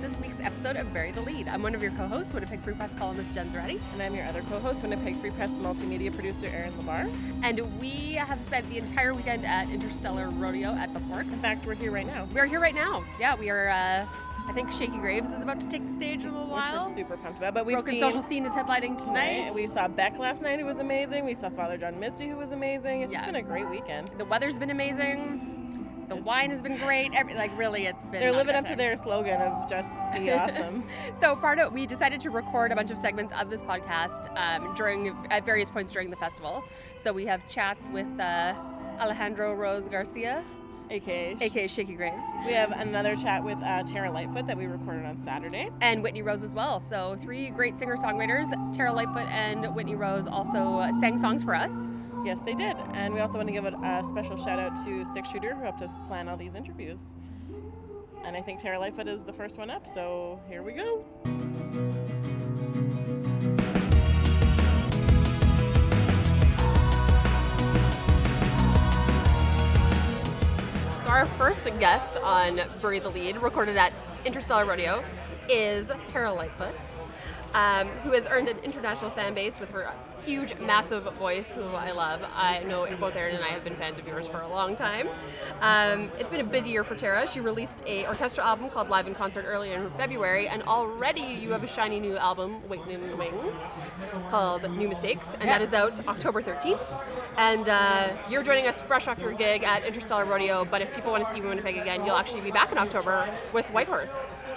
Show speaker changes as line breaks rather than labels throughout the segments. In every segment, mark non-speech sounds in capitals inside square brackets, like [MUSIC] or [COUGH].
this week's episode of Bury the Lead. I'm one of your co hosts, Winnipeg Free Press columnist Jen Zaretti.
And I'm your other co host, Winnipeg Free Press multimedia producer Erin Labar.
And we have spent the entire weekend at Interstellar Rodeo at the Fork.
In fact, we're here right now.
We are here right now. Yeah, we are. Uh, I think Shaky Graves is about to take the stage in a little
Which
while.
we're super pumped about. But we've
Broken
seen
Social Scene is headlining tonight.
We saw Beck last night, who was amazing. We saw Father John Misty, who was amazing. It's
Yeah.
just been a great weekend.
The weather's been amazing. The wine has been great. Every, like really, it's been.
They're
not a
living
bad
up to
time.
their slogan of just [LAUGHS] be awesome.
So part of we decided to record a bunch of segments of this podcast um, during at various points during the festival. So we have chats with uh, Alejandro Rose Garcia,
AKA.
aka Shaky Graves,
We have another chat with uh, Tara Lightfoot that we recorded on Saturday.
and Whitney Rose as well. So three great singer songwriters. Tara Lightfoot and Whitney Rose also sang songs for us.
Yes, they did. And we also want to give a, a special shout out to Six Shooter, who helped us plan all these interviews. And I think Tara Lightfoot is the first one up, so here we go.
So our first guest on Bury the Lead, recorded at Interstellar Rodeo, is Tara Lightfoot, um, who has earned an international fan base with her huge, massive voice, who I love. I know both Erin and I have been fans of yours for a long time. Um, it's been a busy year for Tara. She released a orchestra album called Live in Concert earlier in February, and already you have a shiny new album, Wakening Wings, called New Mistakes, and that
Yes.
is out October 13th. And uh, you're joining us fresh off your gig at Interstellar Rodeo, but if people want to see you in Winnipeg again, you'll actually be back in October with Whitehorse.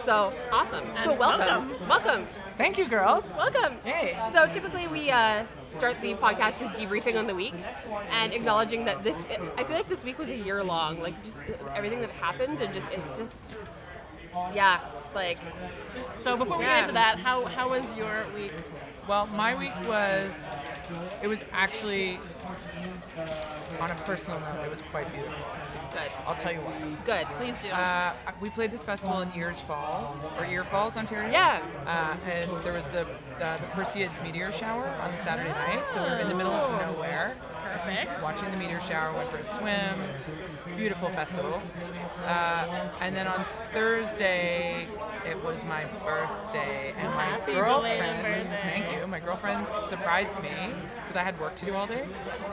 So awesome. so
And
welcome. Welcome.
Thank you, girls.
Welcome.
Hey.
So typically we uh, start the podcast with debriefing on the week and acknowledging that this. I feel like this week was a year long. Like just everything that happened and just it's just yeah. Like
So before we
Yeah.
get into that, how, how was your week?
Well, my week was, it was actually, on a personal note, it was quite beautiful.
good,
I'll tell you why.
good. Please do.
Uh, we played this festival in Ears Falls, or Ear Falls, Ontario.
Yeah.
Uh, and there was the, uh, the Perseids meteor shower on the Saturday night, so we were in the middle of nowhere.
Perfect.
watching the meteor shower, went for a swim. Beautiful festival. Uh, and then on Thursday, it was my birthday, and my
Happy
girlfriend.
belated birthday.
Thank you. My girlfriend surprised me because I had work to do all day,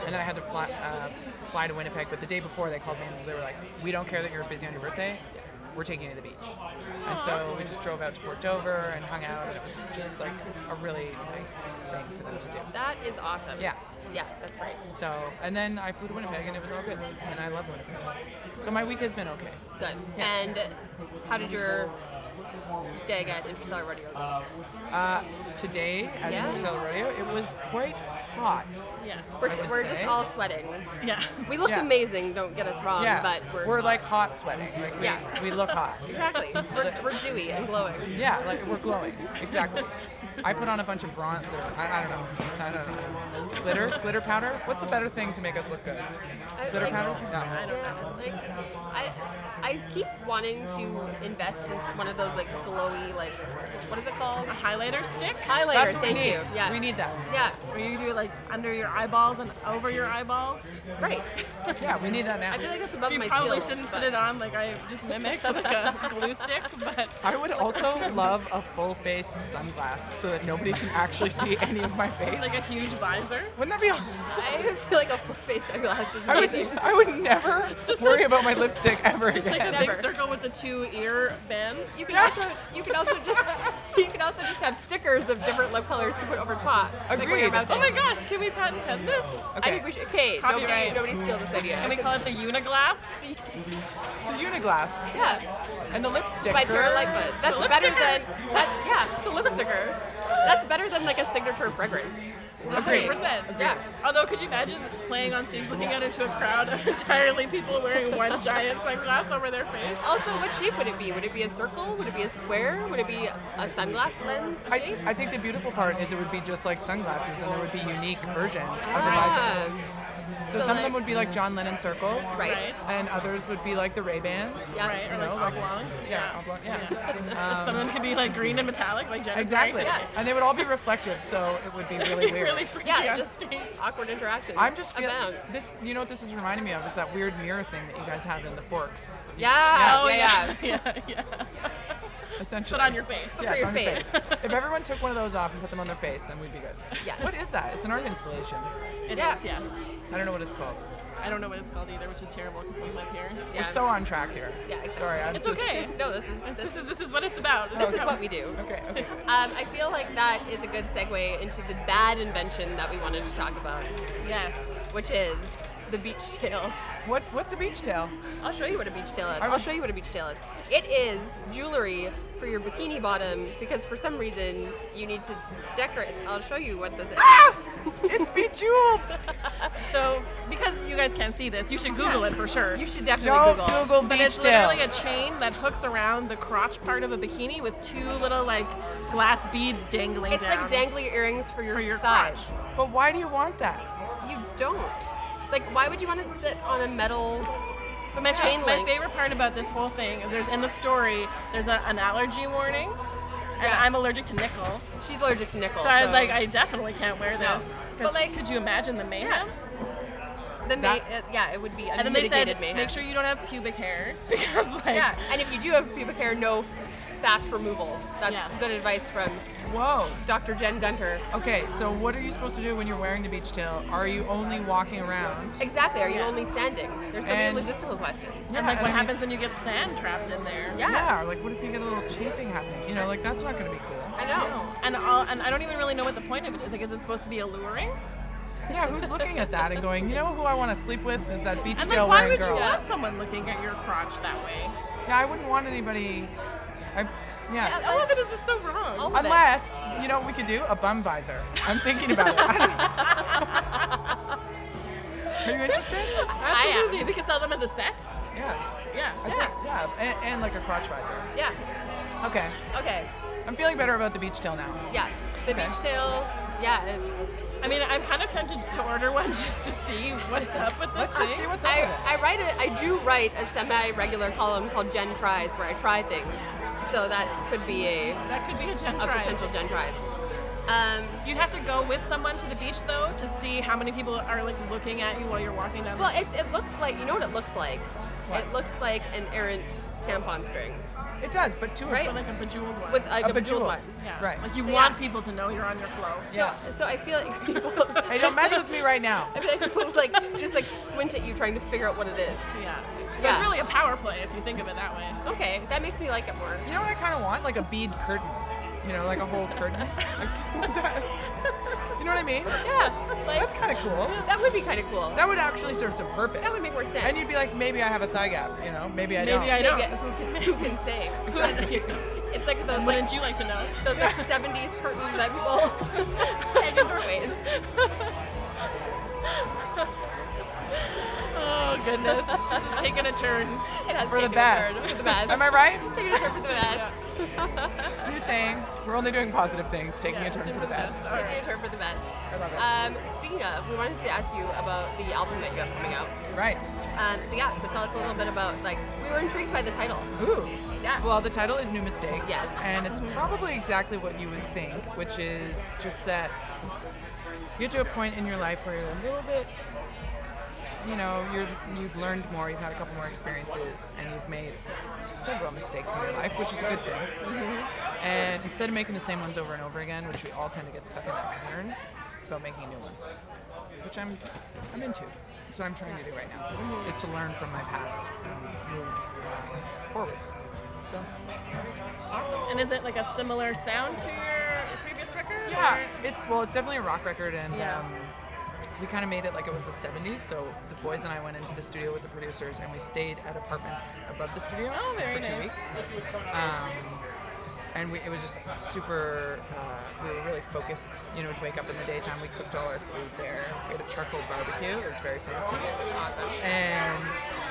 and then I had to fly, uh, fly to Winnipeg. But the day before, they called me and they were like, "We don't care that you're busy on your birthday. We're taking you to the beach." And so we just drove out to Port Dover and hung out, and it was just like a really nice thing for them to do.
that is awesome.
Yeah.
Yeah, that's great.
So, and then I flew to Winnipeg and it was all good. And I love Winnipeg. So my week has been okay.
Good.
Yes.
And how did your gig at Interstellar Rodeo go?
Uh, today at
Yeah.
Interstellar Rodeo, it was quite hot.
Yes.
I
We're,
would
we're just
say.
all sweating.
Yeah. [LAUGHS]
We look
Yeah.
amazing, don't get us wrong,
yeah,
Um, but we're,
like hot sweating. Like we,
Yeah.
we
[LAUGHS]
look hot.
exactly. We're, we're dewy and glowing.
Yeah, like we're glowing. Exactly. I put on a bunch of bronzer. I, I don't know. I don't know. Glitter, glitter powder. What's a better thing to make us look good?
I,
Glitter
like,
powder?
I
No.
don't know. Like, I I keep wanting to invest in one of those like glowy like what is it called?
A highlighter stick?
Highlighter.
That's what
thank
we need.
you. Yeah.
We need that.
Yeah.
Where you do it like under your eyeballs and over your eyeballs.
Right.
Yeah, we need that now.
I feel like that's above
you
my
probably
skills,
shouldn't
but-
put it on like I just mimicked with like
[LAUGHS]
a glue stick, but
I would also love a full face sunglass so that nobody can actually see any
[LAUGHS]
of my face.
like a huge visor.
Wouldn't that be awesome?
I feel like a full face of glasses.
I would,
[LAUGHS]
I would never worry about my lipstick ever
Like a
again.
big
Never.
circle with the two ear bands.
You can also you can also just you can also just have stickers of different lip colors to put over top. like, where your
Agreed.
mouth
Oh my
is.
gosh, can we patent pen this?
I think we should. Okay, nobody,
Copyright.
nobody steal this idea.
Can we call it the Uniglass?
The Uniglass
Yeah,
and the lipstick.
by Tara
girl.
Lightfoot. That's
lip
better
sticker.
than that. Yeah, the lipsticker. That's better than like a signature fragrance.
Hundred percent.
Yeah.
Although, could you imagine playing on stage, looking out into a crowd of [LAUGHS] entirely people wearing one giant sunglass over their face?
Also, what shape would it be? Would it be a circle? Would it be a square? Would it be a sunglass lens
I,
shape?
I think the beautiful part is it would be just like sunglasses and there would be unique versions of the visor.
Yeah.
So,
so
some of them
like-
would be like John Lennon circles.
Ah, Right.
Right.
And others would be like the Ray Bans.
Yeah.
Right. Or like
No, like-
oblong.
Yeah. oblong- yeah. Um,
Some of them could be like green and metallic, like Jennifer.
Exactly.
Yeah.
And they would all be reflective, so it would be really weird.
really freaky
Yeah,
on
just
stage.
awkward interactions.
I'm just feeling
abound.
this. You know what this is reminding me of is that
Oh,
weird mirror thing that you guys have in the forks.
[LAUGHS]
Yeah, yeah, yeah.
Oh, yeah, yeah.
essentially.
Put on your face.
But
Yeah,
for
it's
your
on your
face.
face. if everyone took one of those off and put them on their face, then we'd be good.
Yes.
What is that? It's an art installation.
It is,
Yeah.
yeah.
I don't know what it's called.
I don't know what it's called either, which is terrible because we live here.
Yeah.
We're so on track here.
Yeah, exactly.
Sorry, I'm
It's
just-
okay.
[LAUGHS] No, this is
This,
this,
is this is what it's about.
this is what we do.
Okay, okay. good.
Um, I feel like that is a good segue into the bad invention that we wanted to talk about,
Yes.
which is the beach tail.
What what's a beach tail?
I'll show you what a beach tail is.
Are we-
I'll show you what a beach tail is. It is jewelry for your bikini bottom because for some reason you need to decorate. I'll show you what this is.
Ah!
It's bejeweled.
So because you guys can't see this, you should Google it for sure.
You should definitely
Don't
Google.
Google
But
beach
it's
tail.
literally a chain that hooks around the crotch part of a bikini with two little like glass beads dangling
It's
down.
like dangly earrings for your,
for your
thighs.
crotch.
But why do you want that?
You don't. Like, why would you want to sit on a metal?
But my,
Chain
my
link.
favorite part about this whole thing is there's in the story there's a, an allergy warning, and
Yeah.
I'm allergic to nickel,
She's allergic to nickel.
so I
so-
was like, I definitely can't wear this.
No.
'Cause
But, like-
could you imagine the mayhem?
the ma-
that-
uh, yeah, it would be
And then they
unmitigated
said,
mayhem.
make sure you don't have pubic hair because like
Yeah, and if you do have pubic hair, no fast removals. That's
Yes.
good advice from
Whoa.
Dr. Jen Gunter.
Okay, so what are you supposed to do when you're wearing the beach tail? Are you only walking around?
Exactly. Are you
Yes.
only standing? There's so
And-
many logistical questions.
and like what
and I mean-
happens when you get sand trapped in there?
Yeah.
Yeah, like what if you get a little chafing happening? You know, like that's not gonna be cool.
I know.
And all, and I don't even really know what the point of it is. Like, is it supposed to be alluring?
Yeah, who's looking at that and going, you know who I want to sleep with is that beach
And
tail
like, why
wearing
would
girl?
you want someone looking at your crotch that way?
Yeah, I wouldn't want anybody. I, yeah. Oh.
All of it is just so wrong.
All of it.
Unless you know what we could do a bum visor. I'm thinking about it. [LAUGHS] I don't know. Are you interested?
Absolutely. We could sell them as a set.
Yeah. I
Yeah.
think- yeah, and, and like a crotch visor.
Yeah.
Okay.
Okay.
I'm feeling better about the beach tail now.
Yeah. The
Okay.
beach tail. Yeah. It's,
I mean, I'm kind of tempted to order one [LAUGHS] just to see what's up with this
Let's
thing.
just see what's up with it.
I, I write a, I do write a semi-regular column called Gen Tries where I try things. So that could be a,
that could be a gen
a
try.
potential Gen Tries. Um,
You'd have to go with someone to the beach though to see how many people are like looking at you while you're walking down.
well, it's, it looks like, you know what it looks like?
What?
It looks like an errant tampon string
It does, but two. of
Right.
the, like a bejeweled one.
with like
A
a, bejeweled
bejeweled.
one.
yeah.
Right.
Like you
So,
want
yeah.
people to know you're on your flow.
So,
Yeah.
so I feel like [LAUGHS] people,
Hey, don't mess with me
[LAUGHS]
right now.
I feel like people would, like just like squint at you trying to figure out what it is.
Yeah. So
Yeah.
It's really a power play if you think of it that [LAUGHS] way.
Okay, that makes me like it more.
You know what I kind of want? Like a bead curtain. You know, like a whole curtain. [LAUGHS] you know what I mean?
Yeah, like
That's kind of cool.
that would be kind of cool.
That would actually serve some purpose.
That would make more sense.
And you'd be like, maybe I have a thigh gap. You know, maybe I
Maybe
don't.
I
Maybe
don't.
I- who can [LAUGHS] who can say?
Exactly.
It's like those like
Wouldn't you like to know?
those like '70s curtains that people [LAUGHS] hang in doorways.
Oh goodness, [LAUGHS] this is taking a turn.
It has
For the
taken a turn
best.
For the best.
Am I right?
Taking a turn for the
[LAUGHS]
best.
You're saying we're only doing positive things, taking
Yeah,
a turn
doing
for the
the best.
best.
All
Taking
right.
a turn for the best.
I love it.
Um, speaking of, we wanted to ask you about the album that you have coming out.
right.
Um, so yeah, so tell us a little bit about like we were intrigued by the title.
Ooh.
Yeah.
Well, the title is New Mistakes.
Yes.
And it's probably exactly what you would think, which is just that you get to a point in your life where you're a little bit, you know, you're, you've learned more, you've had a couple more experiences, and you've made several mistakes in your life, which is a good thing. And instead of making the same ones over and over again, which we all tend to get stuck in that pattern, it's about making new ones, which I'm, I'm into. That's what I'm trying to do right now, is to learn from my past and move uh, forward. So,
Awesome. And is it like a similar sound to your previous record?
yeah,
or-
it's well, it's definitely a rock record, and
Yeah.
um, we kind of made it like it was the 70s. So the boys and I went into the studio with the producers, and we stayed at apartments above the studio
Oh, very
for two
nice.
weeks. Um, and we, it was just super. Uh, we were really focused. You know, we'd wake up in the daytime. We cooked all our food there. We had a charcoal barbecue. It was very fancy. And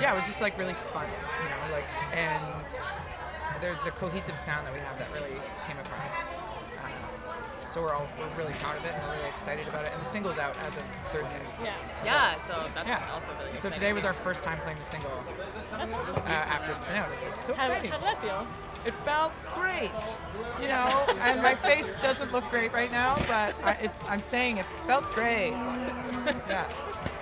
yeah, it was just like really fun. You know, like and there's a cohesive sound that we have that really came across. Um, so we're all we're really proud of it and we're really excited about it. And the single's out as of Thursday.
Yeah.
Yeah, so that's
Yeah.
also really.
so
exciting
today was
too.
our first time playing the single
That's
uh,
awesome.
after it's been out. It's like, so
How, how
exciting.
did that feel?
It felt great, you know. And my face doesn't look great right now, but I, it's I'm saying it felt
[LAUGHS]
great. Yeah,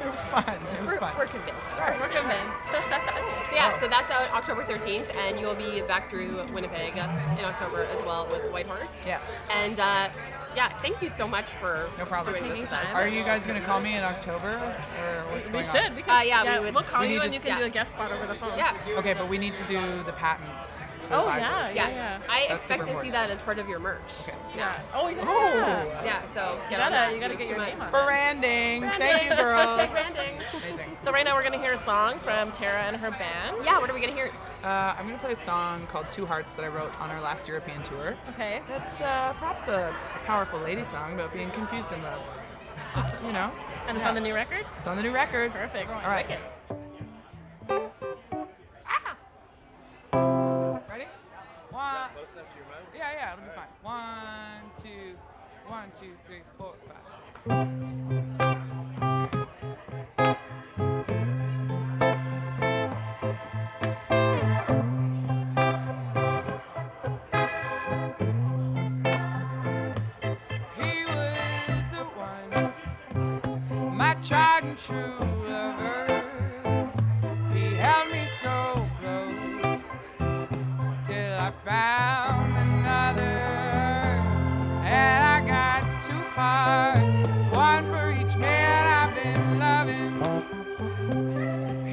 it was fun. It was
We're,
fun.
we're convinced.
All right.
We're convinced. [LAUGHS] So yeah, so that's out October 13th, and you'll be back through Winnipeg in October as well with White Horse.
Yes.
And uh, yeah, thank you so much for
No problem.
doing this with us.
Are you guys going to call me in October or what's
We
going on?
should. We can,
Uh, yeah, we would-
will call
We
you
need
and
to-
you can
yeah.
do a guest spot over the phone.
Yeah.
Okay, but we need to do the patents. for
Oh,
visors.
Yeah,
Yeah, yeah.
I
That's
expect
super
to see that as part of your merch.
Okay.
Yeah. Oh, yeah.
Oh.
Yeah, so get
gotta-
on that.
you gotta
in
get
two
your
months.
name on
Branding. Thank you, girls.
Hashtag branding.
Amazing.
So right now we're gonna hear a song from Tara and her band.
Yeah, what are we gonna hear?
Uh, I'm gonna play a song called Two Hearts that I wrote on our last European tour.
Okay.
That's uh, perhaps a powerful lady song about being confused in love. You know?
And it's
Yeah.
on the new record.
It's on the new record.
Perfect.
All right.
Like it.
Ah! Ready? One. Yeah, yeah, it'll be fine. One, two, one, two, three, four, five, six. He was the one, my tried and true lover. He held me so close till I found another. And I got two parts, one for each man I've been loving.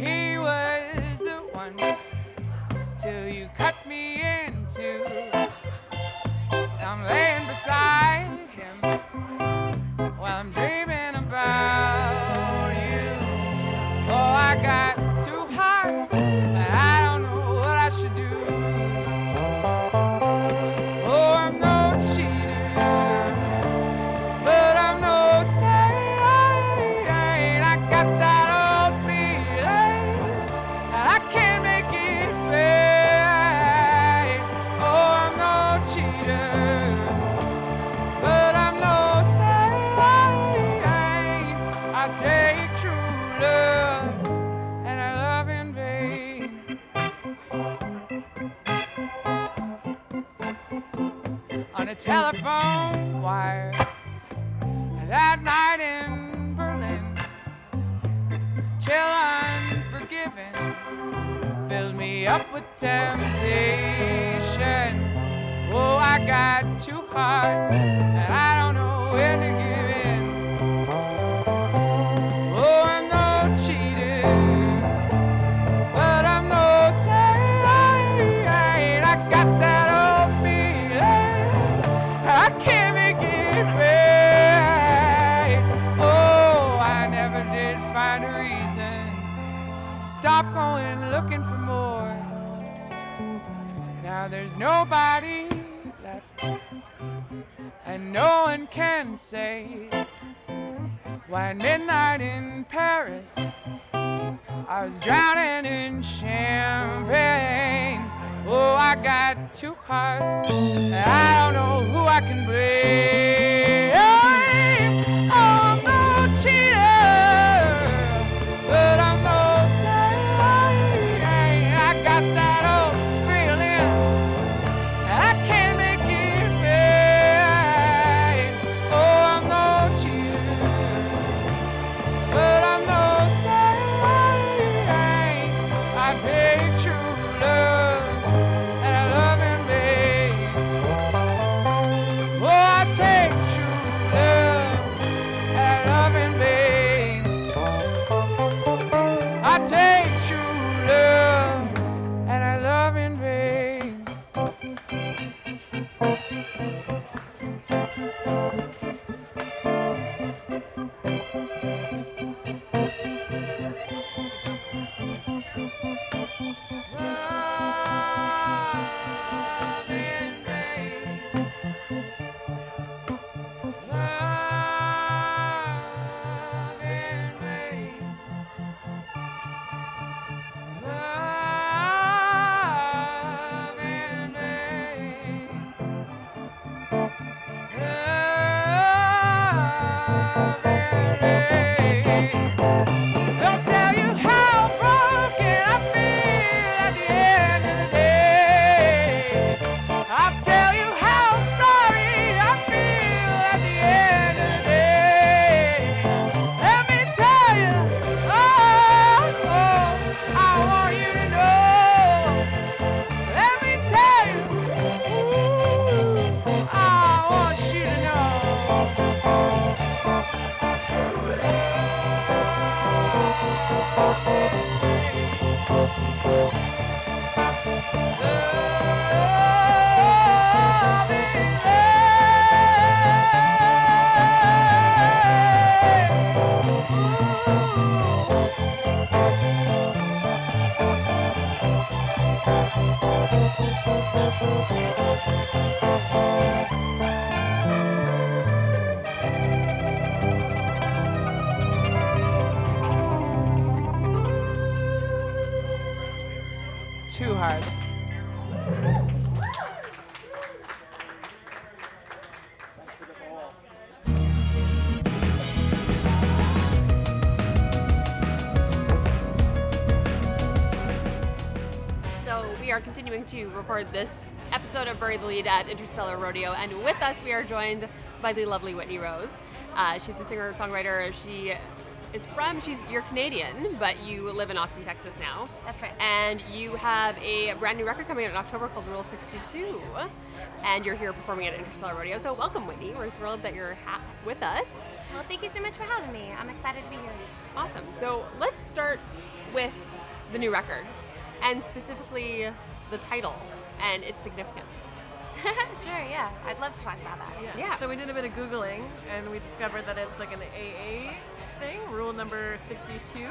He was the one till you cut me in two. I'm laying beside him while I'm dreaming about you. Oh, I got two hearts, and I don't know what I should do. Oh, I'm no cheater, but I'm no saint. I got that old feeling, and I can't make it fade. Oh, I'm no cheater. But I'm no saint. I take true love and I love in vain. On a telephone wire that night in Berlin, chill unforgiven filled me up with temptation. Oh, I got two hearts, and I don't know when to give in. Oh, I'm no cheater, but I'm no saint. I got that old feeling, and I can't make it right. Oh, I never did find a reason to stop going looking for more. Now there's nobody left, and no one can say why at midnight in Paris I was drowning in champagne. Oh, I got two hearts, and I don't know who I can blame. Oh, I'm no cheater, but I'm no saint. I got that old feeling. I can't make it right. Oh, I'm no cheater, but I'm no saint. I take true love and I love in vain. Oh, I take true love and I love in vain. I take true love and I love in vain. Love in vain. Love in vain. Love in vain. Love in vain. Don't tell you how broken I feel at the end of the day. I'll tell you how sorry I feel at the end of the day. Let me tell you, oh, oh, I want you to know hard.
So we are continuing to record this episode of Bury the Lead at Interstellar Rodeo, and with us we are joined by the lovely Whitney Rose. Uh, she's a singer-songwriter. She is from she's you're Canadian, but you live in Austin, Texas now.
That's right.
And you have a brand new record coming out in October called Rule 62, and you're here performing at Interstellar Rodeo. So welcome, Whitney. We're thrilled that you're ha- with us.
Well, thank you so much for having me. I'm excited to be here. [LAUGHS]
Awesome. So let's start with the new record, and specifically the title and its significance.
sure, yeah. I'd love to talk about that.
Yeah.
Yeah.
So we did a bit of Googling and we discovered that it's like an AA thing, rule number 62.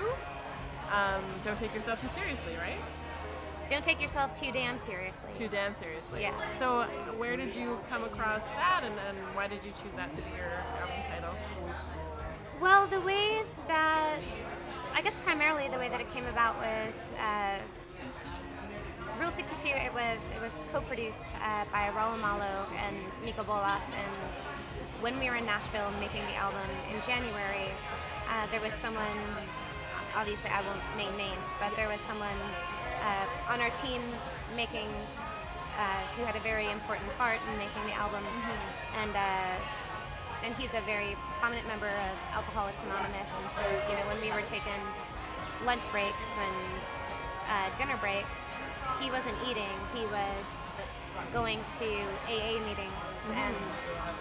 Um, don't take yourself too seriously, right?
Don't take yourself too damn seriously.
Too damn seriously.
Yeah.
So where did you come across that and, and why did you choose that to be your album title?
Well, the way that, I guess primarily the way that it came about was uh, Rule 62. It was it was co-produced uh, by Raul Malo and Nico Bolas, and when we were in Nashville making the album in January, uh, there was someone. Obviously, I won't name names, but there was someone uh, on our team making uh, who had a very important part in making the album, and. Uh, and he's a very prominent member of Alcoholics Anonymous. And so, you know, when we were taking lunch breaks and uh, dinner breaks, he wasn't eating. He was going to AA meetings and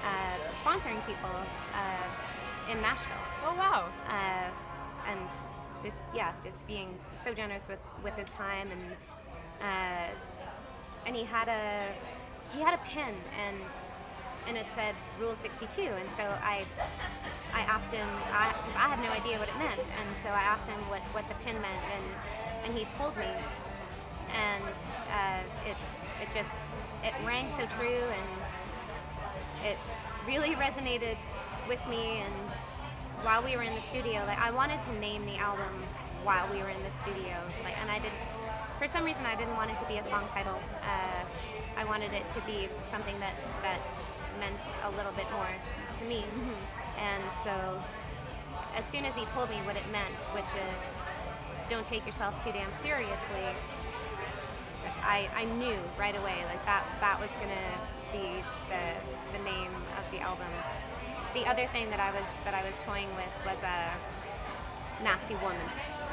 uh, sponsoring people uh, in Nashville.
Oh wow.
Uh, and just yeah, just being so generous with, with his time and uh, and he had a he had a pen and and it said rule 62 and so I I asked him because I, had no idea what it meant and so I asked him what, what the pin meant and and he told me and uh, it it just it rang so true and it really resonated with me and while we were in the studio like i wanted to name the album while we were in the studio like and i didn't for some reason i didn't want it to be a song title uh, i wanted it to be something that that meant a little bit more to me and so as soon as he told me what it meant which is don't take yourself too damn seriously so I, I knew right away like that that was gonna be the the name of the album. The other thing that I was that I was toying with was a nasty woman.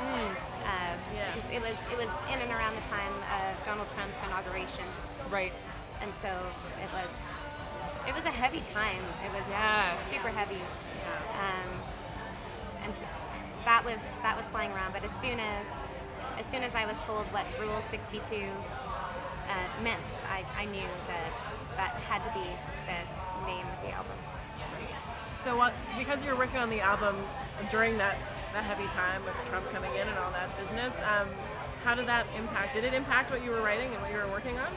Uh,
yeah.
because It was it was in and around the time of Donald Trump's inauguration,
Right.
and so it was it was a heavy time. It was
Yeah.
super heavy.
Yeah.
Um, and so that was that was flying around. But as soon as as soon as I was told what Rule 62 uh, meant, I, I knew that that had to be the name of the album.
So what, because you were working on the album during that, that heavy time with Trump coming in and all that business, um, how did that impact? Did it impact what you were writing and what you were working on?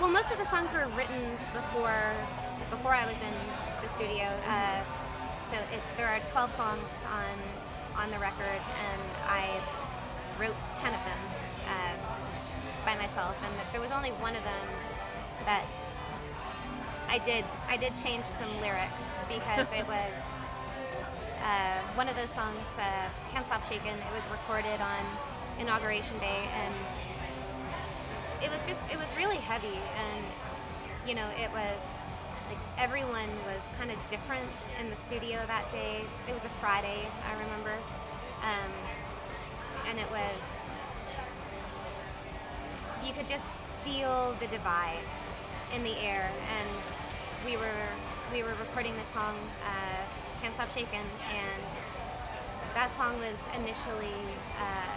Well, most of the songs were written before before I was in the studio. Uh, so it, there are 12 songs on on the record, and I wrote 10 of them uh, by myself. And there was only one of them that I did I did change some lyrics because it was uh, one of those songs, uh, "Can't Stop Shaking." It was recorded on inauguration day, and it was just it was really heavy and you know it was like everyone was kind of different in the studio that day it was a friday i remember um, and it was you could just feel the divide in the air and we were we were recording the song uh, can't stop shaking and that song was initially uh,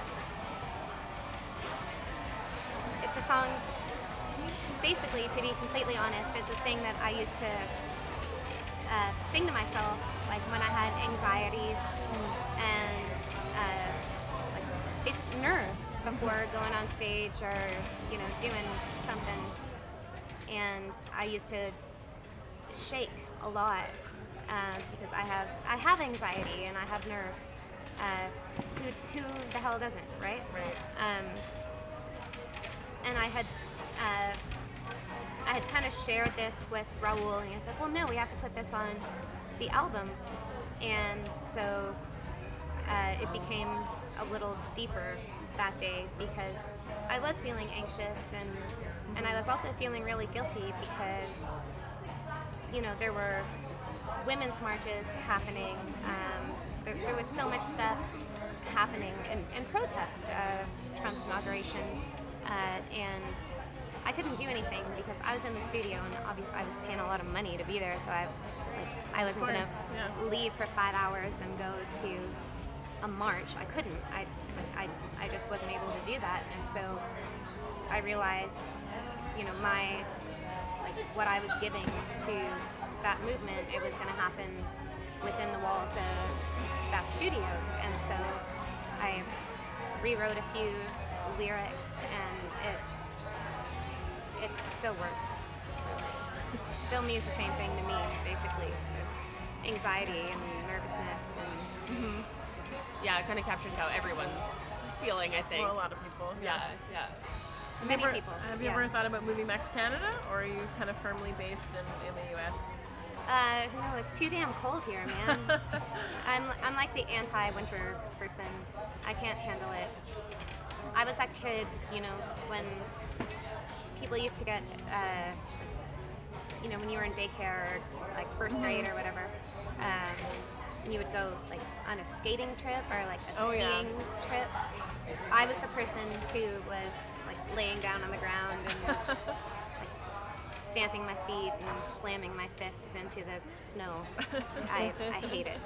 it's a song basically to be completely honest it's a thing that i used to uh, sing to myself like when i had anxieties and uh, like basic nerves before going on stage or you know doing something and i used to shake a lot um, because i have i have anxiety and i have nerves uh, who, who the hell doesn't right
Right.
um, and I had uh, I had kind of shared this with Raul, and he was like, "Well, no, we have to put this on the album," and so uh, it became a little deeper that day because I was feeling anxious and and I was also feeling really guilty because you know there were women's marches happening. Um, there, there was so much stuff happening in, in protest of Trump's inauguration, uh, and I couldn't do anything because I was in the studio and obviously I was paying a lot of money to be there, so I like, I wasn't
course,
gonna
yeah.
leave for five hours and go to a march. I couldn't. I, I, I just wasn't able to do that. And so I realized, you know, my, like, what I was giving to that movement, it was going to happen within the walls of that studio. And so I rewrote a few lyrics and it, it still worked. So still means the same thing to me, basically. It's anxiety and nervousness and
Yeah, it kind of captures how everyone's feeling, I think.
for a lot of people.
yeah, yeah.
many
Ever-
people.
Have you
yeah.
ever thought about moving back to Canada, or are you kind of firmly based in, in the U.S.?
Uh, no, it's too damn cold here, man. I'm, I'm like the anti-winter person. I can't handle it. I was that kid, you know, when people used to get, uh, you know, when you were in daycare or like first grade or whatever, um, and you would go like on a skating trip or like a
Oh,
skiing
yeah.
trip. I was the person who was like laying down on the ground and stamping my feet and slamming my fists into the snow. I, I hate it.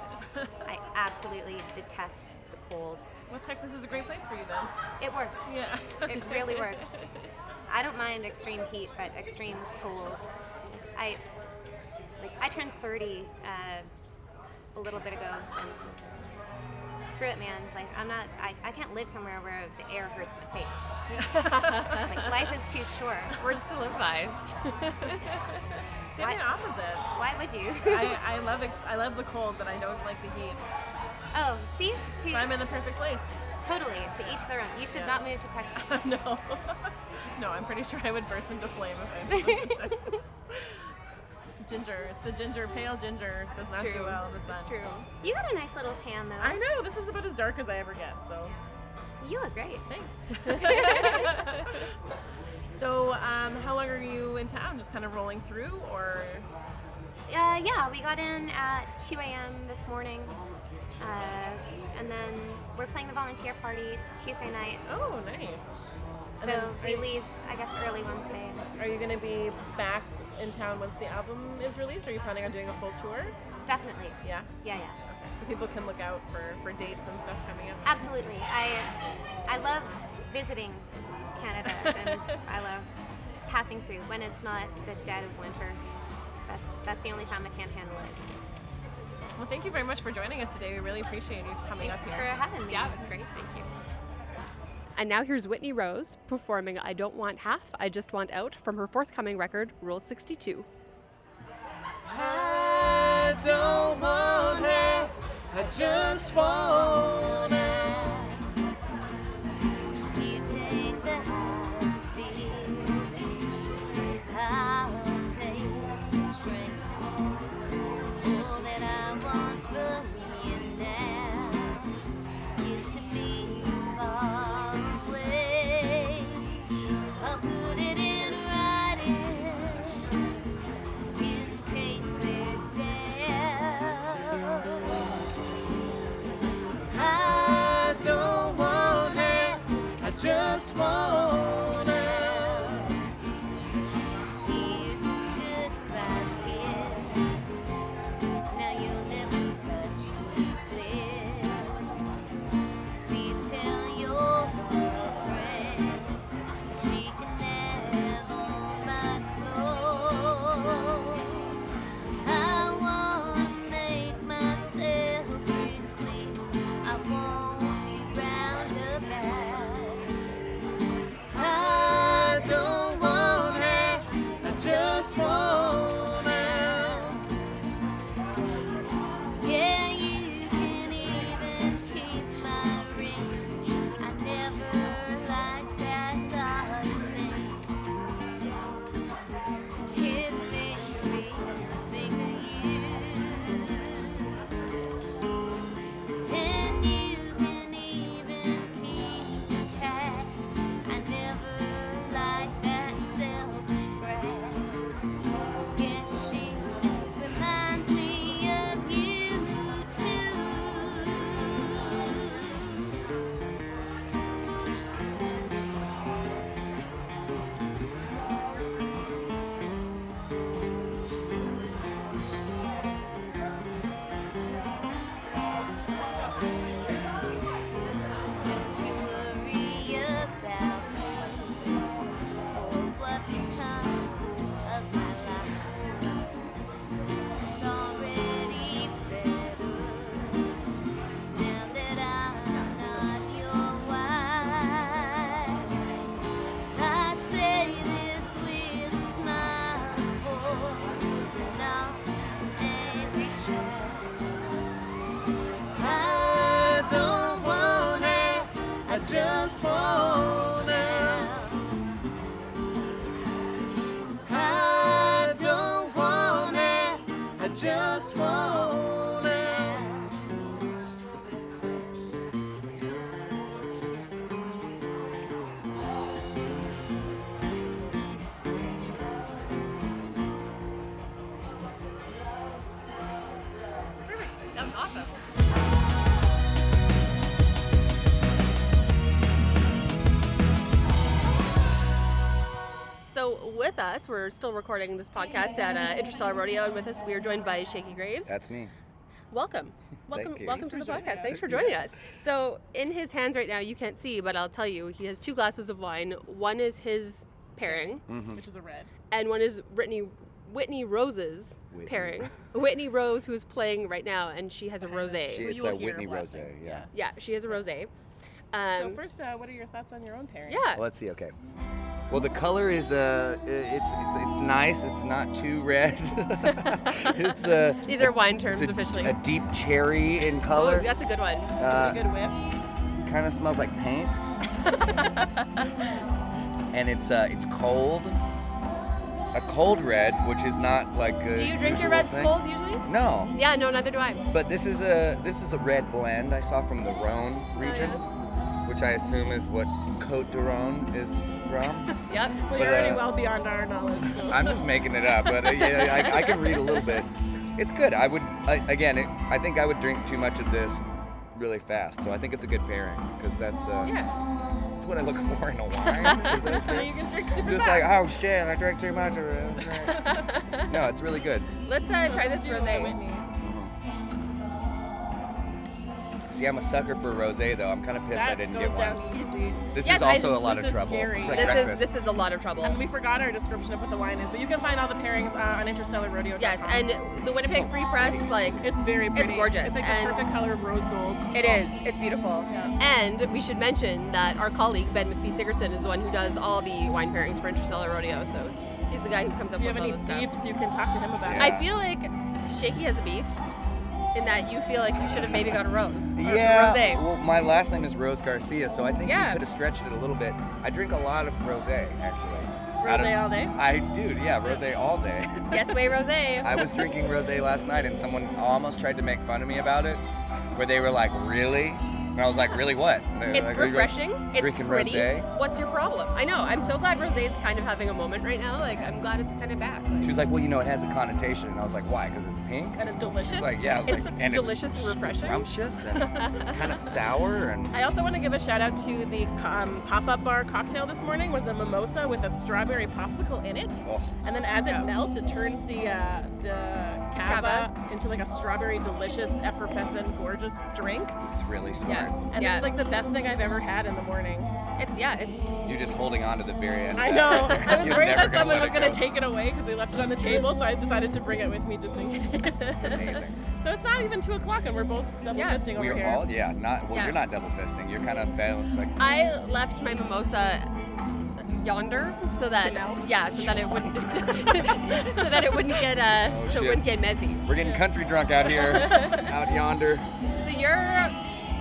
I absolutely detest the cold.
Well, Texas is a great place for you then.
It works.
Yeah.
It
[LAUGHS]
really works. I don't mind extreme heat, but extreme cold. I like I turned 30 uh, a little bit ago. And I was like, Screw it, man. Like I'm not. I, I can't live somewhere where the air hurts my face. like life is too short.
Words to live by.
See, I'm the opposite.
[LAUGHS] Why would you?
I, I love ex- I love the cold, but I don't like the heat.
oh, see,
So
to,
I'm in the perfect place. [LAUGHS]
totally to each their own. You should not move to Texas.
no, [LAUGHS] no, I'm pretty sure I would burst into flame if I moved to Texas. Ginger, the ginger, pale ginger does not do well in the sun.
It's true.
You got a nice little tan though.
I know this is about as dark as I ever get. So
You look great.
thanks. so um, how long are you in town? Just kind of rolling through, or
Uh, yeah, we got in at 2 a.m. this morning, uh, and then we're playing the volunteer party Tuesday night.
oh, nice.
So
then are
we
you-
leave, I guess, early Wednesday.
Are you going to be back in town once the album is released? Are you planning on doing a full tour?
Definitely.
Yeah.
Yeah, yeah.
So people can look out for, for dates and stuff coming up.
Absolutely. I I love visiting Canada, and I love passing through when it's not the dead of winter. That, that's the only time I can't handle it.
Well, thank you very much for joining us today. We really appreciate you coming
Thanks
up
for
here.
having me.
Yeah, it's great. Thank you. And now here's Whitney Rose performing I Don't Want Half, I Just Want Out from her forthcoming record, Rule 62.
I don't want half, I just want half.
You take the high steer. I'll take the train. All that I want from you now is to be far away. I'll put it in writing in case there's doubt. I
just want out.
That was awesome. So with us, we're still recording this podcast at uh, Interstellar Rodeo, and with us, we are joined by Shaky Graves.
That's me.
Welcome, welcome,
you.
welcome to the podcast. Thanks for joining us. So in his hands right now, you can't see, but I'll tell you, he has two glasses of wine. One is his pairing,
which is a red.
and one is Whitney Whitney Rose's
Whitney.
pairing. Whitney Rose, who is playing right now, and she has a rosé.
She, it's
will
a
hear
Whitney Rose.
blasting,
Yeah.
yeah.
Yeah, she has a rosé. Um,
so first, uh, what are your thoughts on your own pairing?
yeah,
Well, let's see. Okay. Well, the color is uh, i- it's it's it's nice. It's not too red. [LAUGHS]
[LAUGHS]
it's uh,
these are wine terms
it's a,
officially.
a deep cherry in
Oh,
color.
that's a good one.
Uh,
Good whiff.
kind of smells like paint.
[LAUGHS]
and it's uh, it's cold. A cold red, which is not like. A
Do you drink your
usual
reds
thing.
cold usually?
No,
Yeah, no, neither do I.
but this is a this is a red blend I saw from the Rhone region,
Oh,
which I assume is what Cote de Rhone is from.
Yep.
Well,
But,
you're already
uh,
well beyond our knowledge. So.
I'm just making it up, but uh, yeah, I, I can read a little bit. It's good. I would I, again. It, I think I would drink too much of this really fast, so I think it's a good pairing because that's uh,
Yeah.
that's what I look [LAUGHS]
[LAUGHS]
for in a wine. is that-
So you can drink super
just
fast.
like oh shit, I drank too much of
[LAUGHS]
it. no, it's really good.
Let's uh, try this
You and
rosé.
Whitney.
See, I'm a sucker for rosé though. I'm kind of pissed I
That
didn't
goes
get
down
one.
easy.
This
Yes,
is
I-
also a lot
this
of
is
trouble.
scary.
It's like
This is
breakfast.
this is a lot of trouble.
And we forgot our description of what the wine is, but you can find all the pairings uh, on interstellarrodeo.com.
Yes, and the Winnipeg Free Press, like
it's very pretty.
gorgeous,
It's like
and-
the perfect color of rose gold.
it is, it's beautiful. And we should mention that our colleague Ben McPhee Sigurdson is the one who does all the wine pairings for Interstellar Rodeo, so he's the guy who comes up
If you have
with
any
all this stuff.
beefs, you can talk to him about
I
Yeah.
feel like Shaky has a beef in that you feel like you should have maybe got a
[LAUGHS]
rose. or
yeah.
Rosé.
Well, my last name is Rose Garcia, so I think
Yeah.
you could have stretched it a little bit. I drink a lot of rosé, actually.
it.
Out of-
Rosé all day.
I do. Yeah, rosé all day. [LAUGHS]
yes, way rosé.
I was drinking rosé last night, and someone almost tried to make fun of me about it, where they were like, "Really?" And I was like, "Really what?" And they were
It's
like, "Are you
refreshing. It's
drinking
pretty.
rosé?
What's your problem? I know. I'm so glad rosé is kind of having a moment right now. Like I'm glad it's kind of back. Like,
She was like, "Well, you know, it has a connotation," and I was like, "Why? Because it's pink."
And it's delicious.
She's like, "Yeah." I was
It's
like, "And
delicious and
it's
refreshing."
scrumptious and kind of sour
[LAUGHS]
and."
I also want to give a shout out to the um, pop-up bar cocktail this morning was a mimosa with a strawberry popsicle in it.
Oh,
And then as it melts, it turns the uh, the cava, into like a strawberry delicious, effervescent, gorgeous drink.
it's really smart.
yeah,
And
yeah.
it's like the best thing I've ever had in the morning.
it's yeah, it's
You're just holding on to the very end. of
I
that. [LAUGHS]
know. I was
You're
worried
never
that someone
let
was
it
going
go.
to take it away because we left it on the table, so I decided to bring it with me just
[LAUGHS]
in case.
It's amazing.
so it's not even 2 o'clock and we're both double
Yeah.
fisting over
We're
here.
all yeah, not well.
Yeah.
You're not double fisting. You're kind of fail, like
I left my mimosa yonder so that
melt?
yeah, so that it wouldn't [LAUGHS]
[LAUGHS]
so that it wouldn't get uh
Oh,
so
shit.
it wouldn't get messy.
we're getting country drunk out here,
[LAUGHS]
out yonder.
So you're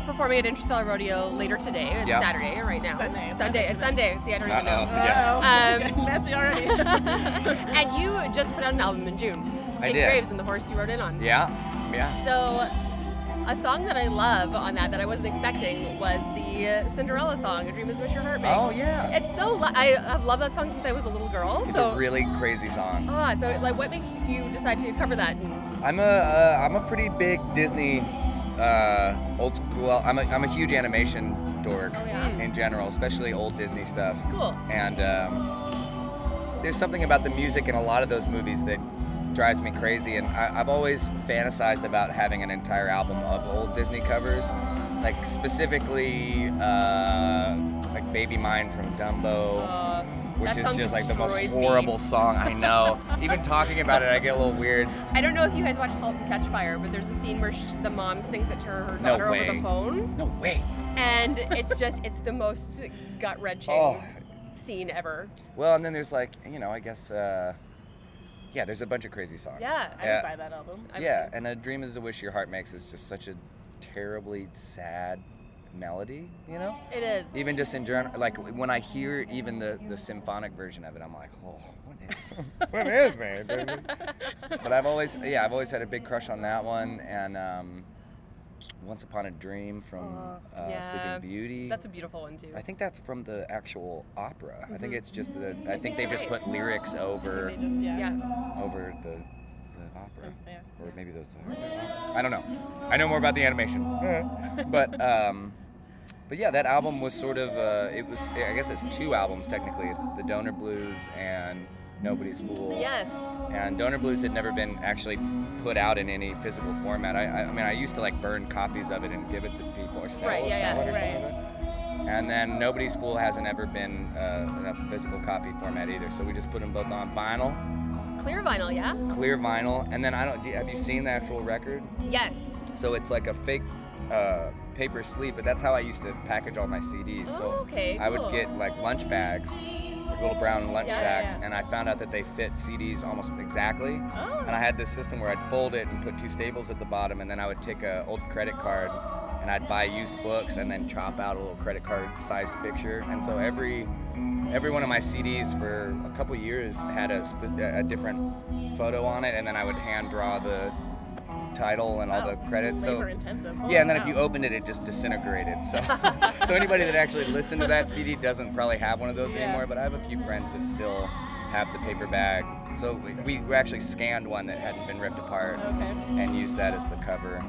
performing at Interstellar Rodeo later today. It's
Yeah.
Saturday right now.
Sunday.
Sunday. It's Sunday. See, I don't even
Uh-oh.
know.
Yeah.
Oh,
Um,
[LAUGHS] getting messy
[LAUGHS]
already.
[LAUGHS] and you just put out an album in June.
I
Shaky
did.
Graves and the horse you rode in on.
Yeah. Yeah.
So, a song that I love on that that I wasn't expecting was the Cinderella song, "A Dream Is What Your Heart Makes."
Oh yeah.
It's so lo- I have loved that song since I was a little girl.
It's
so
a really crazy
Oh.
song.
ah, so like, what made you decide to cover that? And,
I'm a uh, I'm a pretty big Disney uh, old sc- well I'm a, I'm a huge animation dork
Oh,
in general, especially old Disney stuff.
cool.
And um, there's something about the music in a lot of those movies that drives me crazy. And I, I've always fantasized about having an entire album of old Disney covers, like specifically uh, like Baby Mine from Dumbo.
Uh,
which
that
is
song
just like the most
destroys me.
horrible song
[LAUGHS]
I know. Even talking about it, I get a little weird.
I don't know if you guys watched *Halt and Catch Fire*, but there's a scene where sh- the mom sings it to her
No
daughter over
way.
the phone,
No way.
and
[LAUGHS]
it's just it's the most gut wrenching
Oh.
scene ever.
Well, and then there's like, you know, I guess, uh, yeah, there's a bunch of crazy songs.
Yeah,
I
yeah.
would buy that album.
I would
yeah,
too.
and a dream is a wish your heart makes is just such a terribly sad melody, you know?
It is.
Even just in general, like when I hear even the, the symphonic version of it, I'm like, oh, what [LAUGHS] is, what is that?
[LAUGHS]
baby?" but I've always, yeah, I've always had a big crush on that one. And um, Once Upon a Dream from uh,
yeah.
Sleeping Beauty.
That's a beautiful one too.
I think that's from the actual opera. I
Mm-hmm.
think it's just the. I think they just put lyrics
They
over
just, yeah.
yeah.
over the the opera,
yeah.
or maybe those. Are, I don't know. I know more about the animation, but um, but yeah, that album was sort of. Uh, it was. I guess it's two albums technically. It's the Donor Blues and Nobody's Fool.
Yes.
And Donor Blues had never been actually put out in any physical format. I, I, I mean, I used to like burn copies of it and give it to people or sell,
Right, yeah,
sell
yeah,
it or something like that. And then Nobody's Fool hasn't ever been uh, in a physical copy format either. So we just put them both on vinyl,
Clear vinyl, yeah?
clear vinyl. And then I don't. do- Have you seen the actual record?
Yes.
So it's like a fake uh, paper sleeve, but that's how I used to package all my CDs. So
Oh, okay,
I
cool.
would get like lunch bags, like little brown lunch
Yeah, yeah,
sacks,
yeah.
and I found out that they fit CDs almost exactly.
Oh.
And I had this system where I'd fold it and put two staples at the bottom, and then I would take a old credit card and I'd buy used books and then chop out a little credit card sized picture. And so every every one of my CDs for a couple years had a, spe- a different photo on it, and then I would hand draw the title and all
Wow.
the credits. So
Labor intensive.
yeah, and then if
Holy
you
cow.
opened it, it just disintegrated. So, [LAUGHS] so anybody that actually listened to that CD doesn't probably have one of those
Yeah.
anymore. But I have a few friends that still have the paper bag. So we, we- we actually scanned one that hadn't been ripped apart
Okay.
and used that as the cover.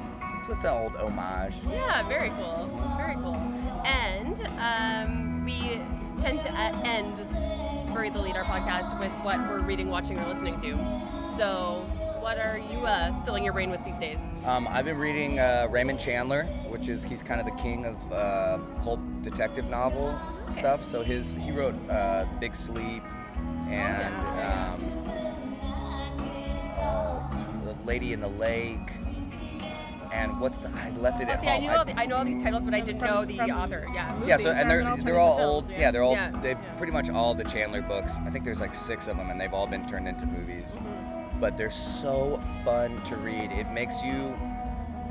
So it's an old homage.
Yeah, very cool. Very cool. And um, we tend to uh, end Bury the Lead, our podcast, with what we're reading, watching, or listening to. So, what are you uh, filling your brain with these days?
Um, I've been reading uh, Raymond Chandler, which is he's kind of the king of uh, pulp detective novel stuff. So his he wrote uh, The Big Sleep and
Oh,
um, uh, The Lady in the Lake and what's the I left it
Oh,
at
see, I,
home.
knew
I-
all the, I know all these titles, but I didn't
From-
know the
from-
author. Yeah.
yeah,
movies
so and
rather
they're
than
they're all
alternative
old.
films,
Yeah, they're all
yeah.
they've
Yeah.
pretty much all the Chandler books. I think there's like six of them, and they've all been turned into movies.
Mm-hmm.
But they're so fun to read. It makes you.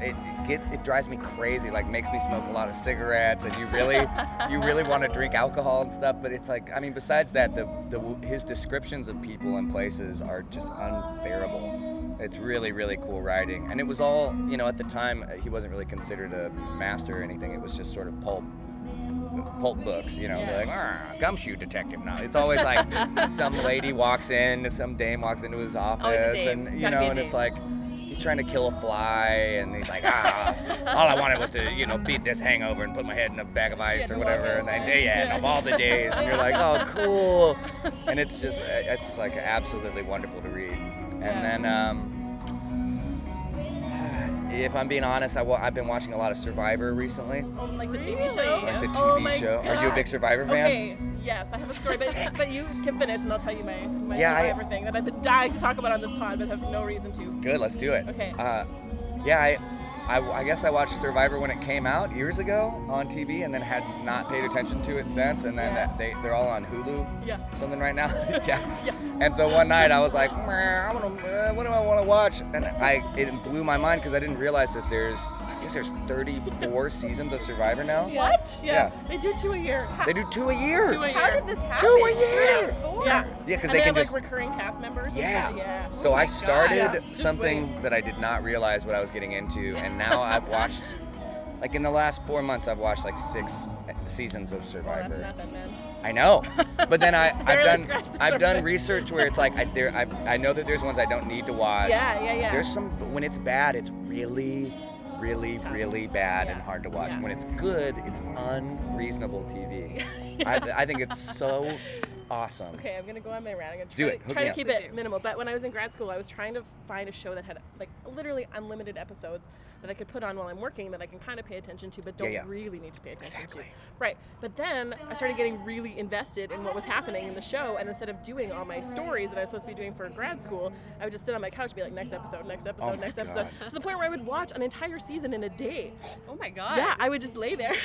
It, it gets it drives me crazy. Like makes me smoke a lot of cigarettes, and you really you really want to drink alcohol and stuff. But it's like I mean, besides that, the, the his descriptions of people and places are just unbearable. It's really really cool writing, and it was all you know at the time. uh, He wasn't really considered a master or anything. It was just sort of pulp pulp books, you know, they're like, "Arr, gumshoe detective now. It's always
[LAUGHS]
like some lady walks in, some dame walks into his office,
Oh, dame.
and you
Gotta
know,
be a
and it's
dame.
like he's trying to kill a fly, and he's like, ah, all I wanted was to, you know, beat this hangover and put my head in a bag of ice or whatever, and that day, yeah, and of all the days, and you're
[LAUGHS]
like, oh, cool, and it's just, uh, it's like absolutely wonderful to read, and then. um [SIGHS] if I'm being honest, I wa- I've been watching a lot of Survivor recently
Like the TV show.
like the TV
Oh my
show. Are you a big
God.
Survivor fan?
Okay. Yes, I have a story, but, but you can finish, and I'll tell you my, my
Yeah, I-
Survivor thing that I've been dying to talk about on this pod, but have no reason to.
Good, let's do it.
Okay.
Uh, yeah, I, I, I guess I watched Survivor when it came out years ago on TV, and then had not paid attention to it since. And then
Yeah.
that, they they're all on Hulu.
Yeah.
or
[LAUGHS]
Something right now. [LAUGHS] yeah.
Yeah.
And so one night I was like, "Meh, I wanna, uh, what do I want to watch? And I it blew my mind because I didn't realize that there's I guess there's 34 seasons of Survivor now.
What? Yeah.
Yeah.
They do two a year.
They do two a year.
Two a year.
How did this happen?
Two a year.
Yeah.
Yeah, because
And
they
they
can
have
just
like recurring cast members.
Yeah.
Yeah. Oh
So I started
Yeah, just
something that I did not realize what I was getting into, and
[LAUGHS]
now I've watched, like in the last four months, I've watched like six seasons of
Oh, that's
Survivor.
nothing, man. [LAUGHS]
I know, but then I, I've
Barely
done
scratched the
I've done
surface.
research where it's like I there I, I know that there's ones I don't need to watch.
Yeah, yeah,
'Cause
yeah.
There's some but when it's bad, it's really, really,
Tough.
really bad and
Yeah.
hard to watch.
Yeah.
When it's good, it's unreasonable
[LAUGHS]
TV. I, I think it's so awesome.
Okay, I'm gonna go on my rant. I'm gonna try
Do it.
to,
Hook
try
me
to
up.
keep it minimal. But when I was in grad school, I was trying to find a show that had like literally unlimited episodes that I could put on while I'm working that I can kind of pay attention to, but don't
yeah.
really need to pay attention to.
Exactly.
Right. But then I started getting really invested in what was happening in the show, and instead of doing all my stories that I was supposed to be doing for grad school, I would just sit on my couch and be like, next episode, next episode,
Oh my
next episode, to the point where I would watch an entire season in a day.
Oh my god.
Yeah, I would just lay there. [LAUGHS]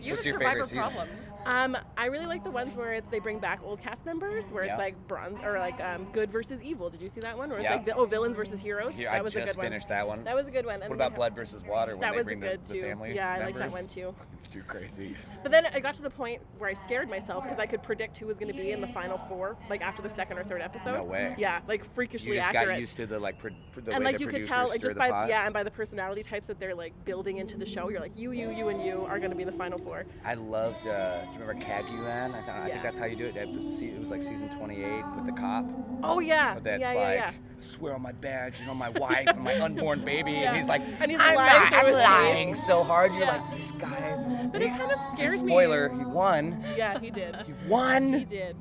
You have
What's
a
your
survivor
favorite season?
problem.
Um, I really like the ones where it's they bring back old cast members, where
Yeah.
it's like bronze or like um, good versus evil. Did you see that one? Where it's
Yeah.
like the, oh villains versus heroes.
Here,
that
I
was a
just
good
finished
one.
that one.
That was a good one. And
what
we
about
ha-
Blood versus Water when
That
they
was
bring
good
the,
too.
the family?
Yeah, I like that
members?
one too.
It's too
[LAUGHS]
crazy.
But then I got to the point where I scared myself because I could predict who was going to be in the final four, like after the second or third episode.
No way.
Yeah, like
You
freakishly
just
accurate.
got used to the like pro- pro- the
and
way
like
the
you could
producers
tell, like
stir
just
the
by
pot.
yeah, and by the personality types that they're like building into the show, you're like you, you, you, and you are going to be in the final four.
I loved. Uh, do you remember Cagulan? I, th- I
Yeah.
think that's how you do it. It was, it was like season 28 with the cop.
Oh yeah,
That's
yeah,
like,
yeah, yeah.
I swear on my badge and on my wife and my
[LAUGHS]
unborn baby.
Yeah.
And he's like,
And he's
I'm,
lying
not-
through
I'm
his teeth."
lying so hard. And you're
Yeah.
like, this guy.
But it kind of scared me.
Spoiler, he won.
Yeah, he did.
[LAUGHS] He
He
won.
did.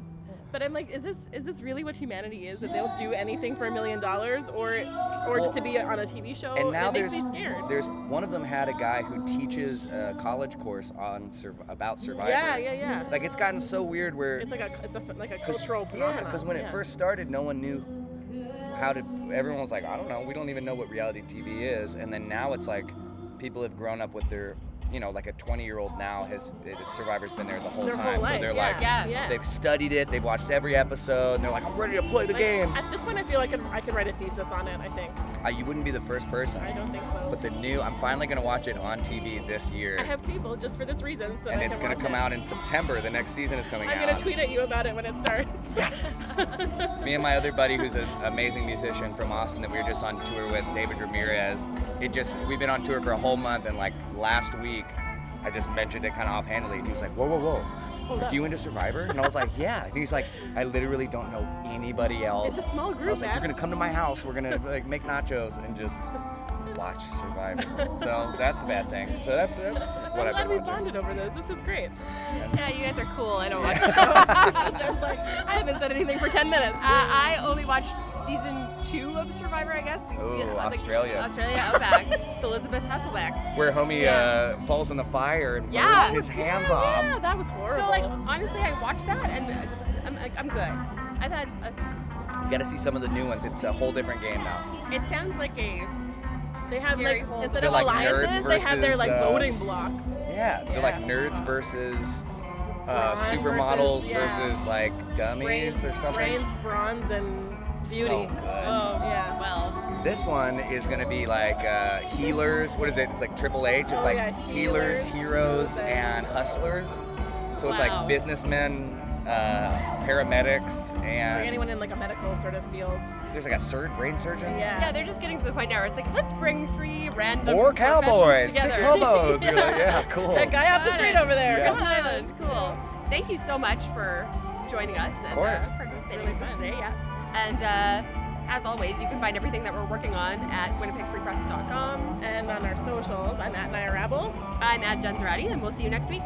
But I'm like, is this is this really what humanity is? That they'll do anything for a million dollars, or or
Well,
just to be on a TV show?
And now
it makes
there's
me scared.
there's one of them had a guy who teaches a college course on sur- about Survivor.
Yeah, yeah, yeah.
Like it's gotten so weird where
It's like a it's a f like a
'Cause-
cultural
yeah,
phenomenon.
because when it first started, no one knew how to. Everyone was like, I don't know. We don't even know what reality TV is. And then now it's like people have grown up with their, you know, like a 20 year old now has it, Survivor's been there the whole
Their whole
time,
life,
so they're
yeah.
like,
Yeah.
yeah.
they've studied it, they've watched every episode, and they're like, I'm ready to play the
Like,
game.
At this point, I feel like I could, I could write a thesis on it. I think.
Uh, you wouldn't be the first person,
I don't think so.
but the new. I'm finally gonna watch it on TV this year,
I have cable just for this reason. So
and
I
it's
can
gonna
watch
come
it.
out in September. The next season is coming
I'm
out.
gonna tweet at you about it when it starts.
[LAUGHS]
[LAUGHS] Yes.
Me and my other buddy, who's an amazing musician from Austin, that we were just on tour with, David Ramirez. It just we've been on tour for a whole month, and like last week, I just mentioned it kind of offhandedly, and he was like, "Whoa, whoa, whoa, are
up.
you into Survivor?" And I was like, "Yeah." And he's like, "I literally don't know anybody else."
It's a small
I
group,
was like, "You're
man.
gonna come to my house. We're gonna like make nachos
[LAUGHS]
and just watch Survivor." So that's a bad thing. So that's that's what
I'm
I've
glad we
been watching.
bonded over this. This is great.
Yeah, you guys are cool. I [LAUGHS] don't watch.
Jen's like, I haven't said anything for 10 minutes.
Uh, I only watched season two of Survivor, I guess. The-
Ooh,
the- like,
Australia.
Australia Outback.
[LAUGHS]
with Elizabeth Hasselbeck.
Where homie uh, falls in the fire and
Yeah.
blows his hands off.
Yeah, that was horrible.
So, like, honestly, I watched that and uh, I'm, like, I'm good. I've had a. s-
You gotta see some of the new ones. It's a whole different game now.
It sounds like a.
they have
scary
like
whole-
instead
They're
of
like nerds
alliances, they have their
versus,
like
uh,
voting blocks.
Yeah, they're like nerds versus uh,
Brawn
supermodels versus,
versus- yeah.
like dummies or something.
brains, bronze, and beauty.
So good.
Oh,
Yeah.
Well,
This one is gonna be like uh, healers. What is it? It's like Triple H. It's
Oh,
like
yeah,
healers,
healers,
heroes,
okay.
and hustlers. So it's
Wow.
like businessmen, uh, paramedics,
Like anyone
and
in like a medical sort of field.
there's like a sur- brain surgeon.
yeah, they're just getting to the point now where it's like, let's bring three random.
Or
professions
cowboys,
Together.
six hobos.
[LAUGHS]
You're
Yeah.
like, yeah, cool.
That guy off the
Got
street
it.
over there.
Yeah.
Come on.
Excellent. Cool. Thank you so much for joining us and
course.
Uh, participating
really
with us
fun.
today. Yeah. And uh, as always, you can find everything that we're working on at winnipegfreepress.com.
And on our socials, I'm at Naya Rabble.
I'm at Jen Zarati, and we'll see you next week.